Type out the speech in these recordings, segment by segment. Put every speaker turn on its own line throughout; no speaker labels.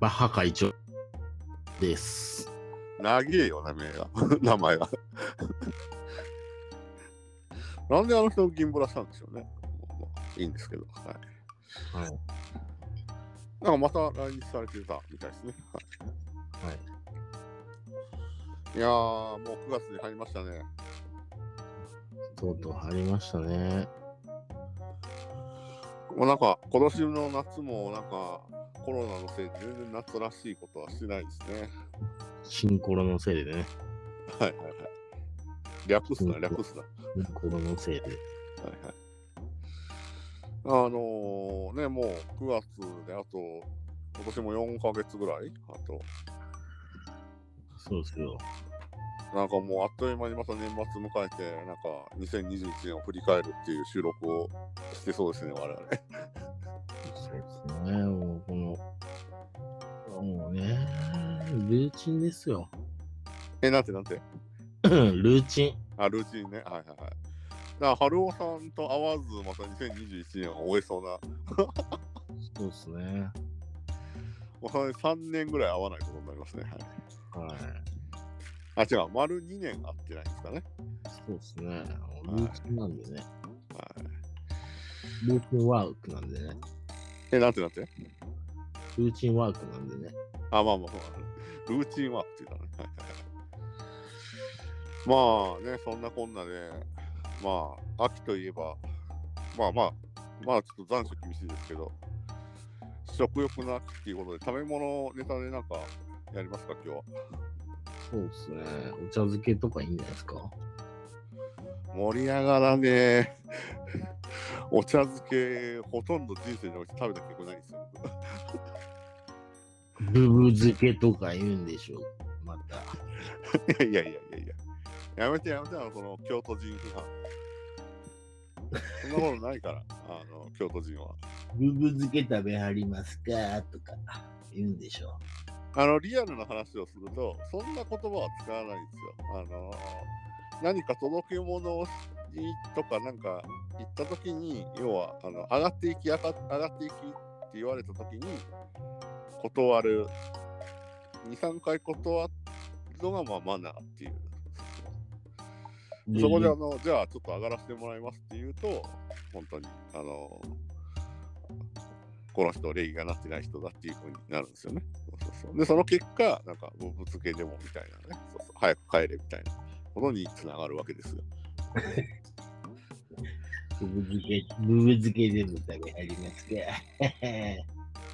バッハ会長です。
長えよな、名が。 名前が。なんであの人を銀ボラしたんでしょうね。まあいいんですけど。はい。
はい。
なんかまた来日されてたみたいですね。は
は
い。、
い
やー、もう9月に入りましたね。
とうとう入りましたね。
もうなんか、今年の夏もなんか、コロナのせいで全然夏らしいことはしてないですね。
新コロのせいでね。
はいはいはい。略すな、略すな。
新コロのせいで。
はいはい。あのーね、もう9月であと、今年も4ヶ月ぐらいあと、
そうですよ。
なんかもうあっという間にまた年末迎えて、なんか2021年を振り返るっていう収録をしてそうですね、我々。
そうですね。もう、この、もうね、ルーチンですよ。
え、なんてなんて
ルーチン。
あ、ルーチンね。はいはいはい。だから、春尾さんと会わず、また2021年を終えそうな、
そうですね。
もう3年ぐらい会わないことになりますね。はい、
はい。
あ、違う、丸2年会ってないんですかね。
そうですね。ルーチンなんでね。
はい、
ルーチンワークなんでね。
え、なんてなんて
ルーチンワークなんでね。
あ、まあまあまあ、ルーチンワークっていうかね。はいはいはいまあね、そんなこんなで、まあ、秋といえば、まあまあ、まあちょっと残暑厳しいですけど、食欲の秋っていうことで、食べ物ネタでなんかやりますか、今日は。
そうですね。お茶漬けとかいいんじゃないですか。
盛り上がらねえ。お茶漬け、ほとんど人生において食べた記憶ないんですよ。僕
ブブ漬けとか言うんでしょう。また。
いやいやいやいやいや。やめてやめて、あの、その京都人批判。そんなことないから、あの、京都人は。
ブブ漬け食べはりますかとか言うんでしょ
あの、リアルな話をすると、そんな言葉は使わないんですよ。あの、何か届け物をしとかなんか行った時に、要は、あの、上がっていき、上が上がっていきって言われた時に、断る。2、3回断るのが、まあ、マナーっていう。
う。
そこであ
は
の、じゃあちょっと上がらせてもらいますって言うと、本当に、あの、この人、礼儀がなってない人だっていうふうになるんですよね。そうそうそうで、その結果、なんか、ぶぶつけでもみたいなね、そうそう早く帰れみたいなことにつながるわけですよ。
ブブ漬け、ブブ漬け全部食べはりますか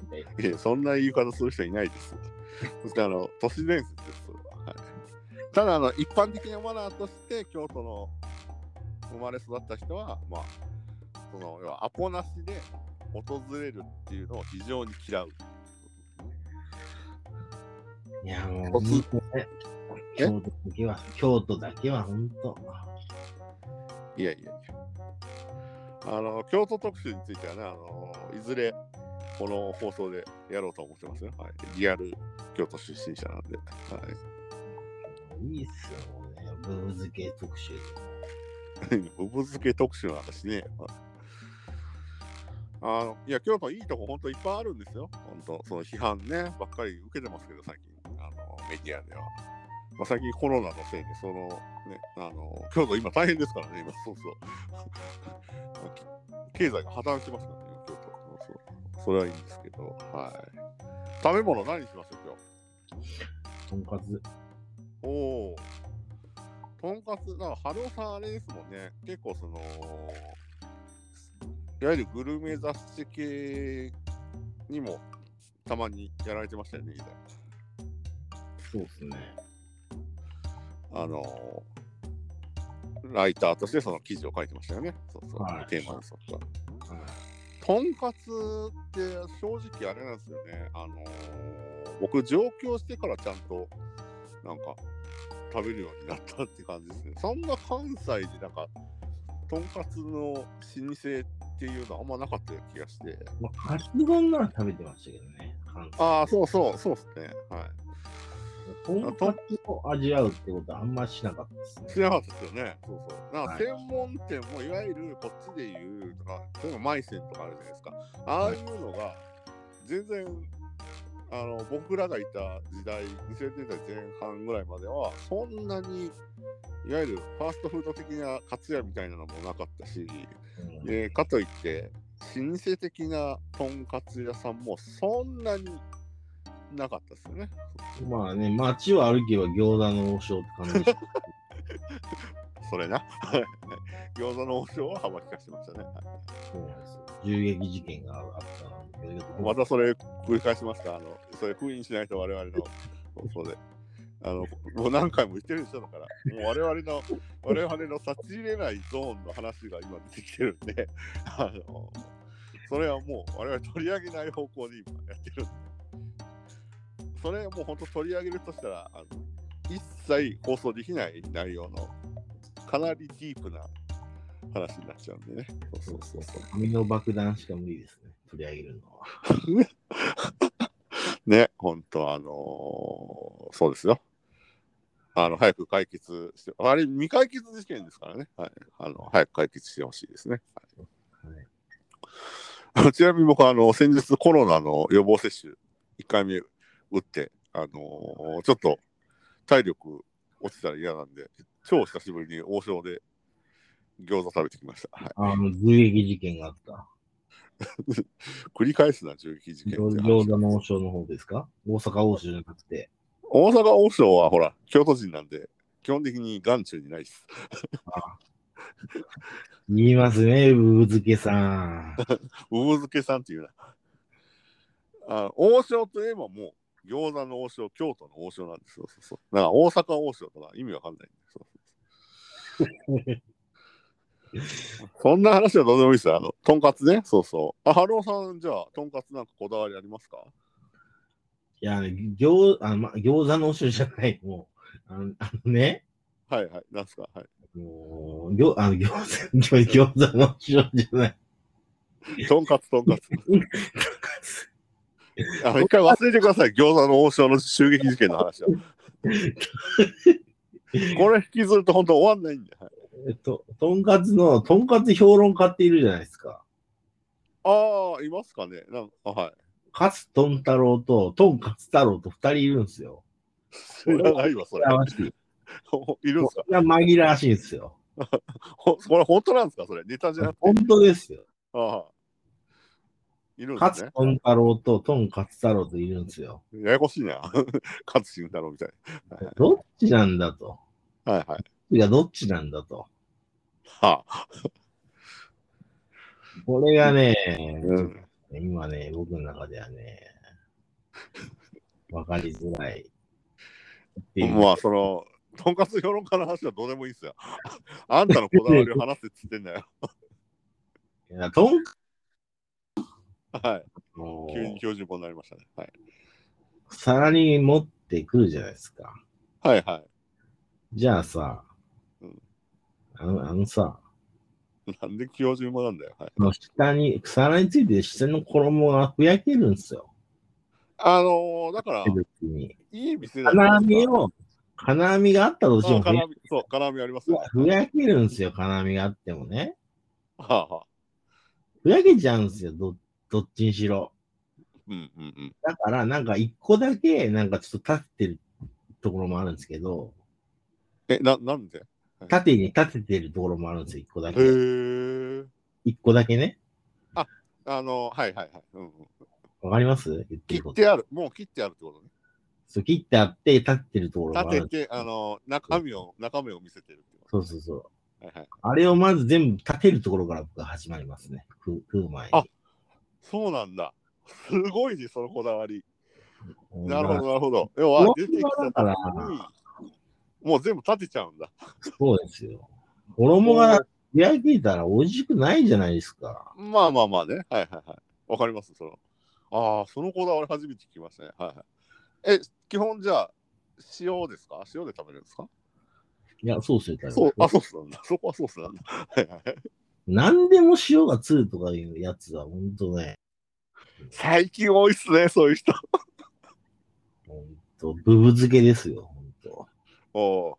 みたいない
やそんな言い方する人いないです。そして、あの、都市伝説です、それは。はい、ただ、あの、一般的なマナーとして、京都の生まれ育った人は、まあ、その、要はアポなしで訪れるっていうのを非常に嫌う。
いや、も
こ
う、
つ
本当ね
え
京都だけは、京都だけは本当。
いやいやいや。あの、京都特集についてはね、あの、いずれ、この放送でやろうと思ってますね。はい。リアル京都出身者なんで。はい
いっすよ、もうね。ブブ漬け特集。。
ぶぶ漬け特集なんかしねえよ。あの、いや、京都いいとこ、ほんといっぱいあるんですよ。ほんと、その批判ね、ばっかり受けてますけど、最近、あの、メディアでは。まあ、最近コロナのせいで、その、ね、あの、京都今大変ですからね、今、そうそう。 き経済が破綻してますからね、今、京都。そうそれはいいんですけど、はい。食べ物何にしましょう、今日。
とんかつ。
おお。とんかつ、なんか、春尾さんあれですもんね。結構その、いわゆるグルメ雑誌系にもたまにやられてましたよね、以前。
そうですね。
あのライターとしてその記事を書いてましたよね。そうそう、
はい
テーマのそうそう
はい
とんかつって正直あれなんですよね。あのー僕上京してからちゃんとなんか食べるようになったって感じですね。そんな関西でなんかとんかつの老舗っていうのはあんまなかったような気がして。
まあ、カツ丼なら食べてましたけどね。関西
ああ、そうそう、そうですね。は
とんかつを味わうってことはあんましなかったです
い。
ね。
しなかったですよね。そうそう。なん
は
か
い
専門店もいわゆるこっちで言うとか、例えばマイセンとかあるじゃないですか。ああいうのが全然あの僕らがいた時代2000年代前半ぐらいまではそんなにいわゆるファーストフード的なカツヤみたいなのもなかったし、
うん
えーかといって老舗的なとんかつ屋さんもそんなになかったですよね。
まあね、街を歩けば餃子の王将って感じでし
それな。 餃子の王将は幅利かしてましたね。
そうなんですよ。銃撃事件があったんだけど、
またそれ繰り返しますかあの、それ封印しないと我々の放送で。あの、もう何回も言ってるでしょだから、もう我々の、我々の差し入れないゾーンの話が今出てきてるんで、あの、それはもう我々取り上げない方向で今やってるんで、それはもう本当取り上げるとしたら、あの一切放送できない内容の、かなりディープな話になっちゃうんでね。そうそうそうそう。
紙の爆弾しか無理ですね、取り上げるのは。
ね、本当あのーそうですよ。あの、早く解決して、あれ、未解決事件ですからね。はい。あの、早く解決してほしいですね。はい、ちなみに僕、あの、先日コロナの予防接種、1回目打って、あのーちょっと体力落ちたら嫌なんで、超久しぶりに王将で餃子食べてきました。はい、
あの、銃撃事件があった。
繰り返すな、銃撃事件って話
餃子の王将の方ですか大阪王将じゃなくて。
大阪王将はほら、京都人なんで、基本的に眼中にないです。
言いますね、ぶぶ漬けさん。
うぶ漬けさんっていうな。あ王将といえばもう、餃子の王将、京都の王将なんですよ。そうそうだから大阪王将とか意味わかんないんですよ。そうそんな話はどうでもいいですよ。あの、とんかつね。そうそう。あ、ハローさん、じゃあ、とんかつなんかこだわりありますか
いや、ね、餃あま、餃子の王将じゃない、もう。あのあのね、
はいはい。なんすかはい。
もう、餃あの餃子餃子の王将じゃない。
とんかつ、とんかつ。あの、一回忘れてください。餃子の王将の襲撃事件の話は。これ引きずると本当終わんないんで。はい
えっと、とんかつの、とんかつ評論家っているじゃないですか。
ああ、いますかね。なんあはい。
カツトン太郎と、トンカツ太郎と二人いるんですよ。
知らないわ、 それ。
紛らわしい。
いるんす
これが紛らわしいんですよ。
かほこれ本当なんですかそれ。ネタじゃなくて。
本当ですよ。
ああいるん
カ
です
ツ
ね。
トン太郎と、トンカツ太郎といるんですよ。
ややこしいな。 勝慎太郎みたい
どっちなんだと。
な。はいはい。
いや、どっちなんだと。
はあ。
これがね、
うん
今ね、僕の中ではね、わかりづらい。っていう
まあ、その、とんかつ評論家の話はどうでもいいですよ。あんたのこだわりを話せっつってんだよ。
いやトンカ
はい。
ツを
急に教授本になりましたね。はい。
皿に持ってくるじゃないですか。
はいは
じゃあさ
うん、
あのあのさ、
い。なんで教授もなんだよ。はい。
あの下に、皿についてる下の衣がふやけるんですよ。
あのーだから、
時に
いい店だ
金網を、金網があったとして
そう、
もふ
金
や
網、そう、金網ありますよ、ね。
ふやけるんですよ、金網があってもね。
はあはあ。
ふやけちゃうんですよ、どどっちにしろ。
うんうんうん。
だから、なんか一個だけ、なんかちょっと立ってるところもあるんですけど、
え、な、なんでへ
縦に立ててるところもあるんですよ、一個だけ。
え。
一個だけね。
あの、はいはいはい。うんうん、
わかります言って
切
るこ
っ
と。
てある、もう切ってあるってことね。
そう切ってあって、立ってるところもある。
立てて、あの、中身を、中身を見せてるってこ
そうそうそう。
と。はいはい。
あれをまず全部立てるところから僕が始まりますね。食う食う前に。
あそうなんだ。すごいね、そのこだわり。
うん
なるほど、
まあ
なるほど。要は、
ふ
出
わ
てき
ふわだ
た
から
時に、もう全部立てちゃうんだ。
そうですよ。衣が焼けたら美味しくないじゃないですか。
まあまあまあね。はいはいはい。わかります、その。ああ、そのこだわり初めて聞きましたね。はいはい。え、基本じゃあ、塩ですか塩で食べるんですか
いや、そうですよ。多分
そう、あ、そうっすなんだ。そこはそうっすなんだ。はいはい。
何でも塩がつるとかいうやつは、ほんとね、
最近多いっすね、そういう人。
ほんと、ブブ漬けですよ、ほんと。
おう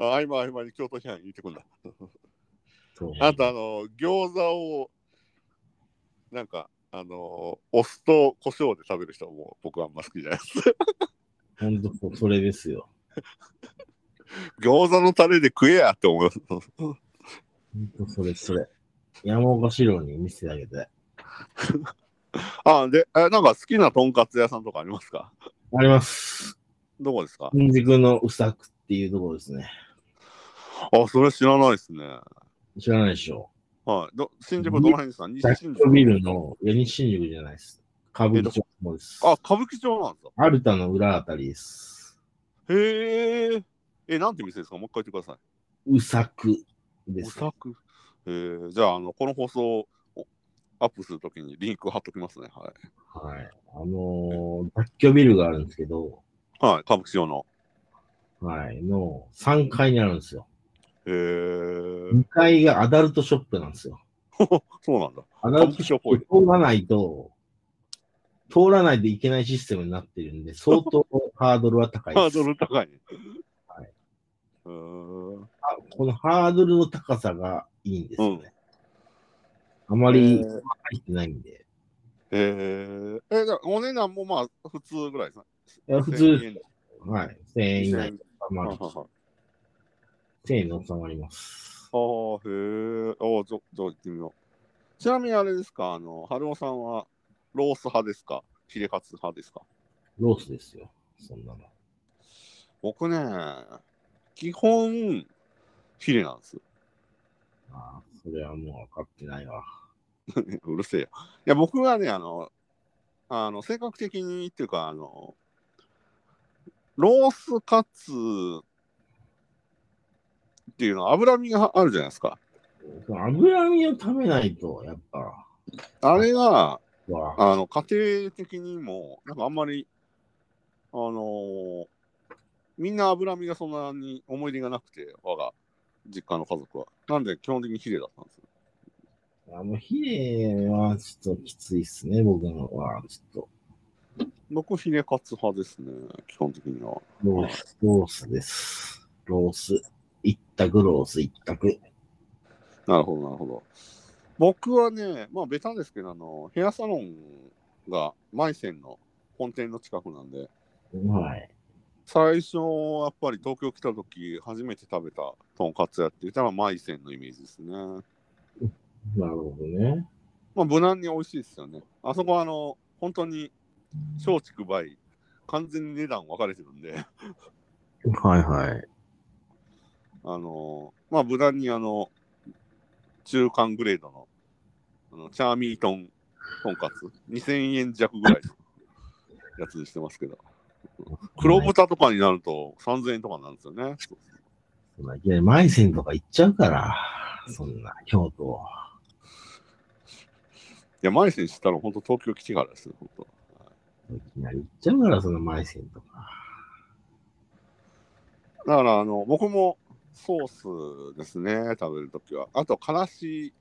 あ合間合間に京都批判言ってくんだ。
そう
あとあの、餃子を、なんか、あのお酢と胡椒で食べる人はもう僕はあんま好きじゃないです。
本当それですよ。
餃子のタレで食えやって思います。
本当それ、それ。山岡四郎に見せてあげて。
あ、で、え、なんか好きなとんかつ屋さんとかありますか
あります。
どこですか
新宿のうさくっていうところですね。
あ、それ知らないですね。
知らないでしょ。
はい。ど新宿どの辺ですか西
雑
新
居ビル
宿。
の、いや、西新宿じゃないです。歌舞伎町の方です。
あ、歌舞伎町なんですか
アルタの裏あたりです。
へえ。え、なんて店ですかもう一回言ってください。
うさくです。
おく。えー、じゃあ、あの、この放送をアップするときにリンク貼っときますね。は
はい。あのー、雑居ビルがあるんですけど、
い。はい、歌舞伎町の。
はい、の3階にあるんですよ。
へえ。
2階がアダルトショップなんですよ。
そうなんだ。
アダ
歌
ル
舞
ト
伎
ショ
町っぽ
ッ
い。
プ通らないと、通らないといけないシステムになってるんで、相当ハードルは高い
ハ
で
ー
す。
ドル高いね。
はいう
ーん。
あこのハードルの高さがいいんですよね。あ
あ
まり入ってないんで。
えー、え、じゃあお値段もまあ普通ぐらいですね。
いや普通
1000円
はい。1000円以内に収ま
は
る
いはいはい。あ
1000円に収まります。
あー、へえ。おじゃ、じゃあ行ってみよう。ちなみにあれですか、あの、春尾さんはロース派ですかヒレカツ派ですか
ロースですよ。そんなの。
僕ね、基本、ヒレなんです。
ああ、それはもう分かってないわ。
うるせえや。いや、僕はね、あの、あの性格的にっていうか、あの、ロースカツっていうのは脂身があるじゃないですか。
脂身を食べないと、やっぱ、
あれが、
は、
あの家庭的にも、なんかあんまり、あのーみんな脂身がそんなに思い出がなくて、我が実家の家族は。なんで基本的にヒレだったんですよ。
あの、ヒレはちょっときついっすね、僕のは。ちょっと、
僕、ヒレカツ派ですね、基本的には。
ロース、ロースです。ロース。一択、ロース一択。
なるほど、なるほど。僕はね、まあ、ベタですけど、あの、ヘアサロンが、マイセンの本店の近くなんで、
はい。
最初、やっぱり東京来た時、初めて食べたとんかつ屋って言ったら、マイセンのイメージですね。
なるほどね。
まあ、無難に美味しいですよね。あそこは、あの、本当に、松竹梅、完全に値段分かれてるんで、
はいはい。
あの、まあ、無難に、あの、中間グレードの、あの、チャーミートン、とんかつ、2000円弱ぐらいの やつにしてますけど、黒豚とかになると3000円とかになるんですよね。
そんないきなりマイセンとか行っちゃうから、そんな、京都。
いや、マイセン知ったら本当東京基地からですよ、本当。
いきなり行っちゃうから、そのマイセンとか。
だから、あの、僕もソースですね、食べるときは。あと、からし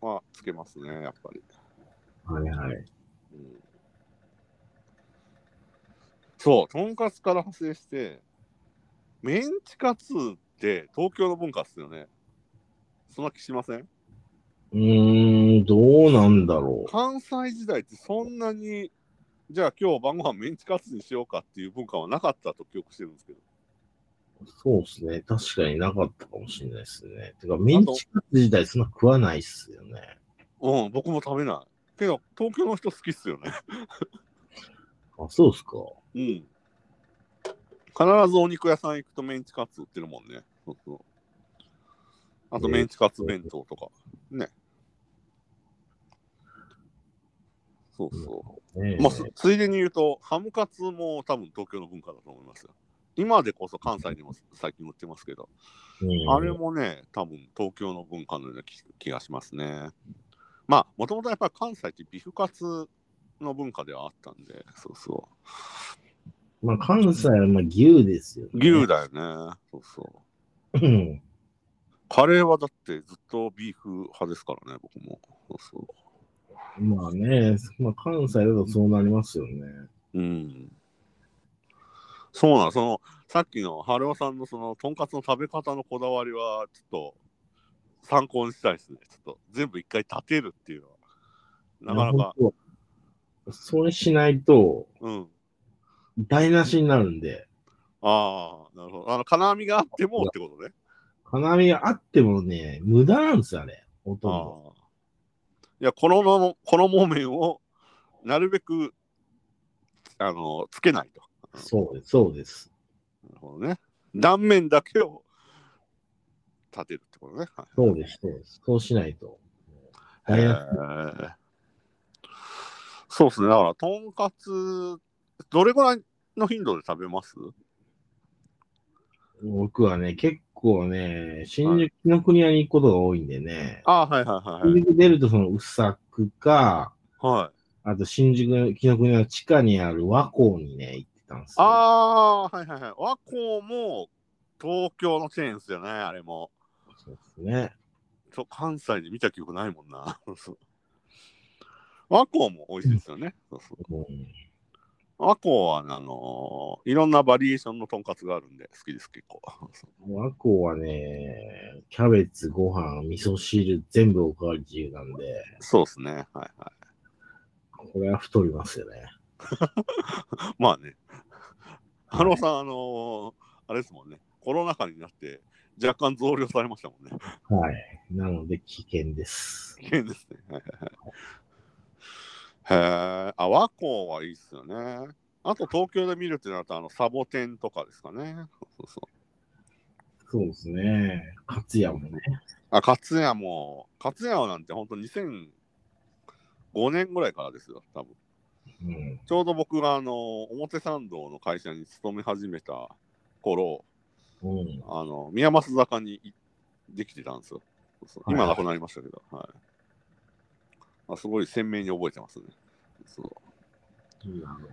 はつけますね、やっぱり。
はいはい。
うんそう、とんかつから派生して、メンチカツって東京の文化っすよね。そんな気しません
うーん、どうなんだろう。
関西時代ってそんなに、じゃあ今日晩ご飯メンチカツにしようかっていう文化はなかったと記憶してるんですけど。
そうですね。確かになかったかもしれないですね。てか、メンチカツ自体そんな食わないっすよね。
うん、僕も食べない。けど、東京の人好きっすよね。
あ、そうっすか。
うん。必ずお肉屋さん行くとメンチカツ売ってるもんね。そうそう。あとメンチカツ弁当とか。ね。そうそ
ね
う。まあ、すついでに言うと、ハムカツも多分東京の文化だと思いますよ。今でこそ関西でも最近売ってますけど。
うん
あれもね、多分東京の文化のような気気がしますね。まあ、もともとやっぱり関西ってビフカツの文化ではあったんで、そうそ
まあ、関西はまあ牛ですよ、
う。牛だよね、そうそう。
うん
カレーはだってずっとビーフ派ですからね、僕も。そうそ
まあね、まあ、関西だとそうなりますよね。
う。うん。そうなん、その、さっきの春尾さんのその、とんかつの食べ方のこだわりは、ちょっと、参考にしたいですね。ちょっと、全部一回立てるっていうのは、なかなか
いや。本それしないと、
うん。
台無しになるんで、
ああ、なるほど。あの、金網があってもってことね。
金網があってもね、無駄なんですよ、あれ。ほとん
あ
ど。
あ。いや、このの、このモーメンを、なるべく、あの、つけないと。
そうです、そうです。
なるほどね。断面だけを立てるってことね。はい
そうです、そうです。そうしないと。
へ
台無し
ーそうですね。だから、とんかつ、どれぐらいの頻度で食べます
僕はね、結構ね、新宿の国屋に行くことが多いんでね、
あはいはいはい
新宿出るとそのうさくか、
はい。はい。
あと新宿の紀ノ国屋の地下にある和光にね、行ってたんですよ。
ああー、はいはいはい。和光も東京のチェーンですよね、あれも。
そうですね。
ちょ関西で見た記憶ないもんな。 そう和光も美味しいですよね。そうそう
うん
和光は、あのーいろんなバリエーションのとんかつがあるんで、好きです、結構。
和光はね、キャベツ、ご飯、味噌汁、全部おかわり自由なんで、
そうですね。はいはい。
これは太りますよね。
まあね。ハローさん、あのーあれですもんね。コロナ禍になって、若干増量されましたもんね。
はい。なので、危険です。
危険ですね。はいはいはいへえ、あ、和光はいいっすよね。あと東京で見るってなると、あの、サボテンとかですかね。そうそうそう
そうですね。勝也もね。
あ、勝屋も、勝屋なんて本当2005年ぐらいからですよ、多分。
うん。
ちょうど僕が、あのー表参道の会社に勤め始めた頃、
うん。
あの、宮益坂にいできてたんですよ。そうそう
は
今
いは
ないくなりましたけど、はいあ。すごい鮮明に覚えてますね。そう
なる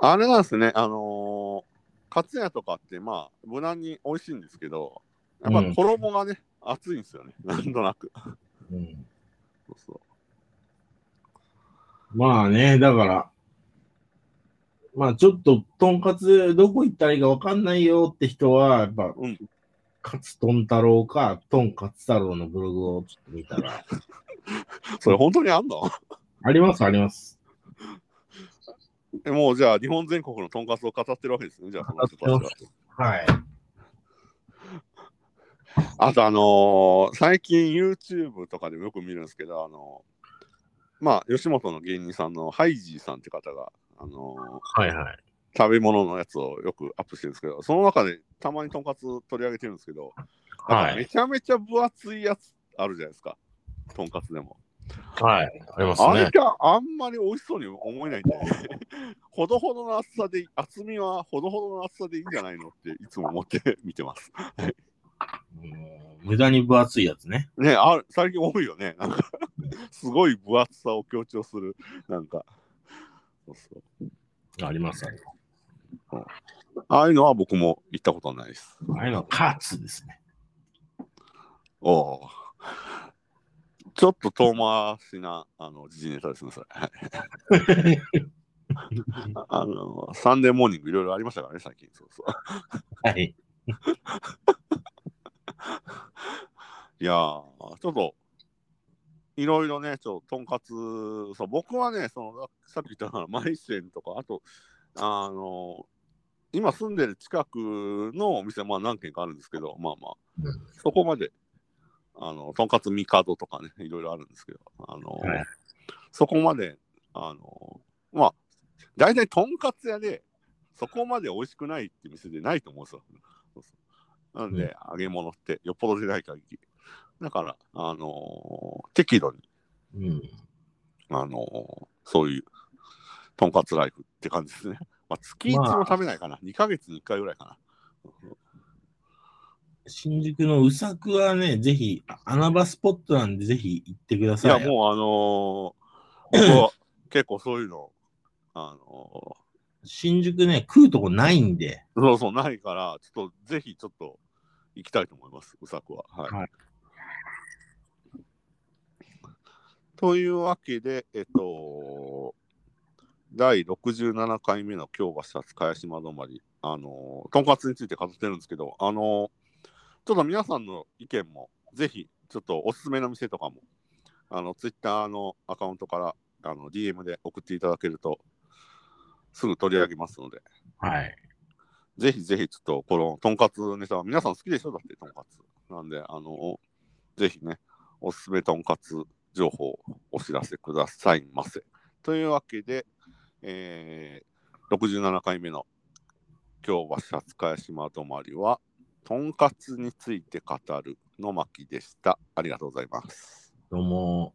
あれなんですね、あのー、カツヤとかって、まあ、無難に美味しいんですけど、やっぱ
うん
衣がね、熱いんですよね、 なんとなく。
ほどうん。
そうそ
まあね、だから、まあちょっと、とんかつどこ行ったらいいかわかんないよって人は、やっぱ、
うん
かつとん太郎か、とんかつ太郎のブログをちょっと見たら、
うそれ本当にあんの
あります、あります。
えもうじゃあ、日本全国のとんかつを語ってるわけですね、じゃあ、その人たち
語
は
っ。はい。
あと、あのー最近 YouTube とかでもよく見るんですけど、あのーまあ、吉本の芸人さんのハイジーさんって方が、あのー
はいはい。
食べ物のやつをよくアップしてるんですけど、その中でたまにとんかつ取り上げてるんですけど、
はい
めちゃめちゃ分厚いやつあるじゃないですか、とんかつでも。
はい。ありま
あれ。があんまり美味しそうに思えないんで、 ほどほどの厚さで、厚みはほどほどの厚さでいいんじゃないのっていつも思って見てます。
うん無駄に分厚いやつね。
ねある最近多いよね、なんか すごい分厚さを強調する、なんか。そうそう
あります。あ
ああいうのは僕も行ったことないです。
あいうのはカツですね。
おお。ちょっと遠回しなあの時事ネタですね、それ。はい ああの、サンデーモーニングいろいろありましたからね、最近。そうそう。
はい。
いやー、ちょっと、いろいろね、ちょっと、とんかつ、そう、僕はね、その、さっき言った、マイセンとか、あと、あの、今住んでる近くのお店、まあ何軒かあるんですけど、まあまあ、
うん
そこまで、あの、とんかつみかどとかね、いろいろあるんですけど、あの、
はい
そこまで、あの、まあ、大体とんかつ屋で、そこまで美味しくないって店でないと思うんですよ。そうそうなんで、
うん
揚げ物ってよっぽどでない限り。だから、あのー適度に、
うん。
あのーそういう、とんかつライフって感じですね。まあ、月1も食べないかな。2ヶ月に1回ぐらいか
新宿のうさくはね、ぜひ、あ穴場スポットなんで、ぜひ行ってください。
な。いや、もうあのー僕は結構そういうの、あの
新宿ね、食うとこないんで、
ーそうそう、ないから、ちょっと、ぜひちょっと、行きたいと思います、うさくは。はい。
はい
というわけで、えっと、第67回目の京橋発茅島止まり、あのーとんかつについて語ってるんですけど、あのーちょっと皆さんの意見も、ぜひ、ちょっとおすすめの店とかも、あの、ツイッターのアカウントからあの DM で送っていただけると、すぐ取り上げますので、
はい。
ぜひぜひちょっとこのとんかつネタ、皆さん好きでしょだってとんかつ。なんで、あの、ぜひね、おすすめとんかつ情報をお知らせくださいませ。というわけで、えー、67回目の今日はシャツ返しまとまりは、とんかつについて語るの巻でした。ありがとうございます。
どうも。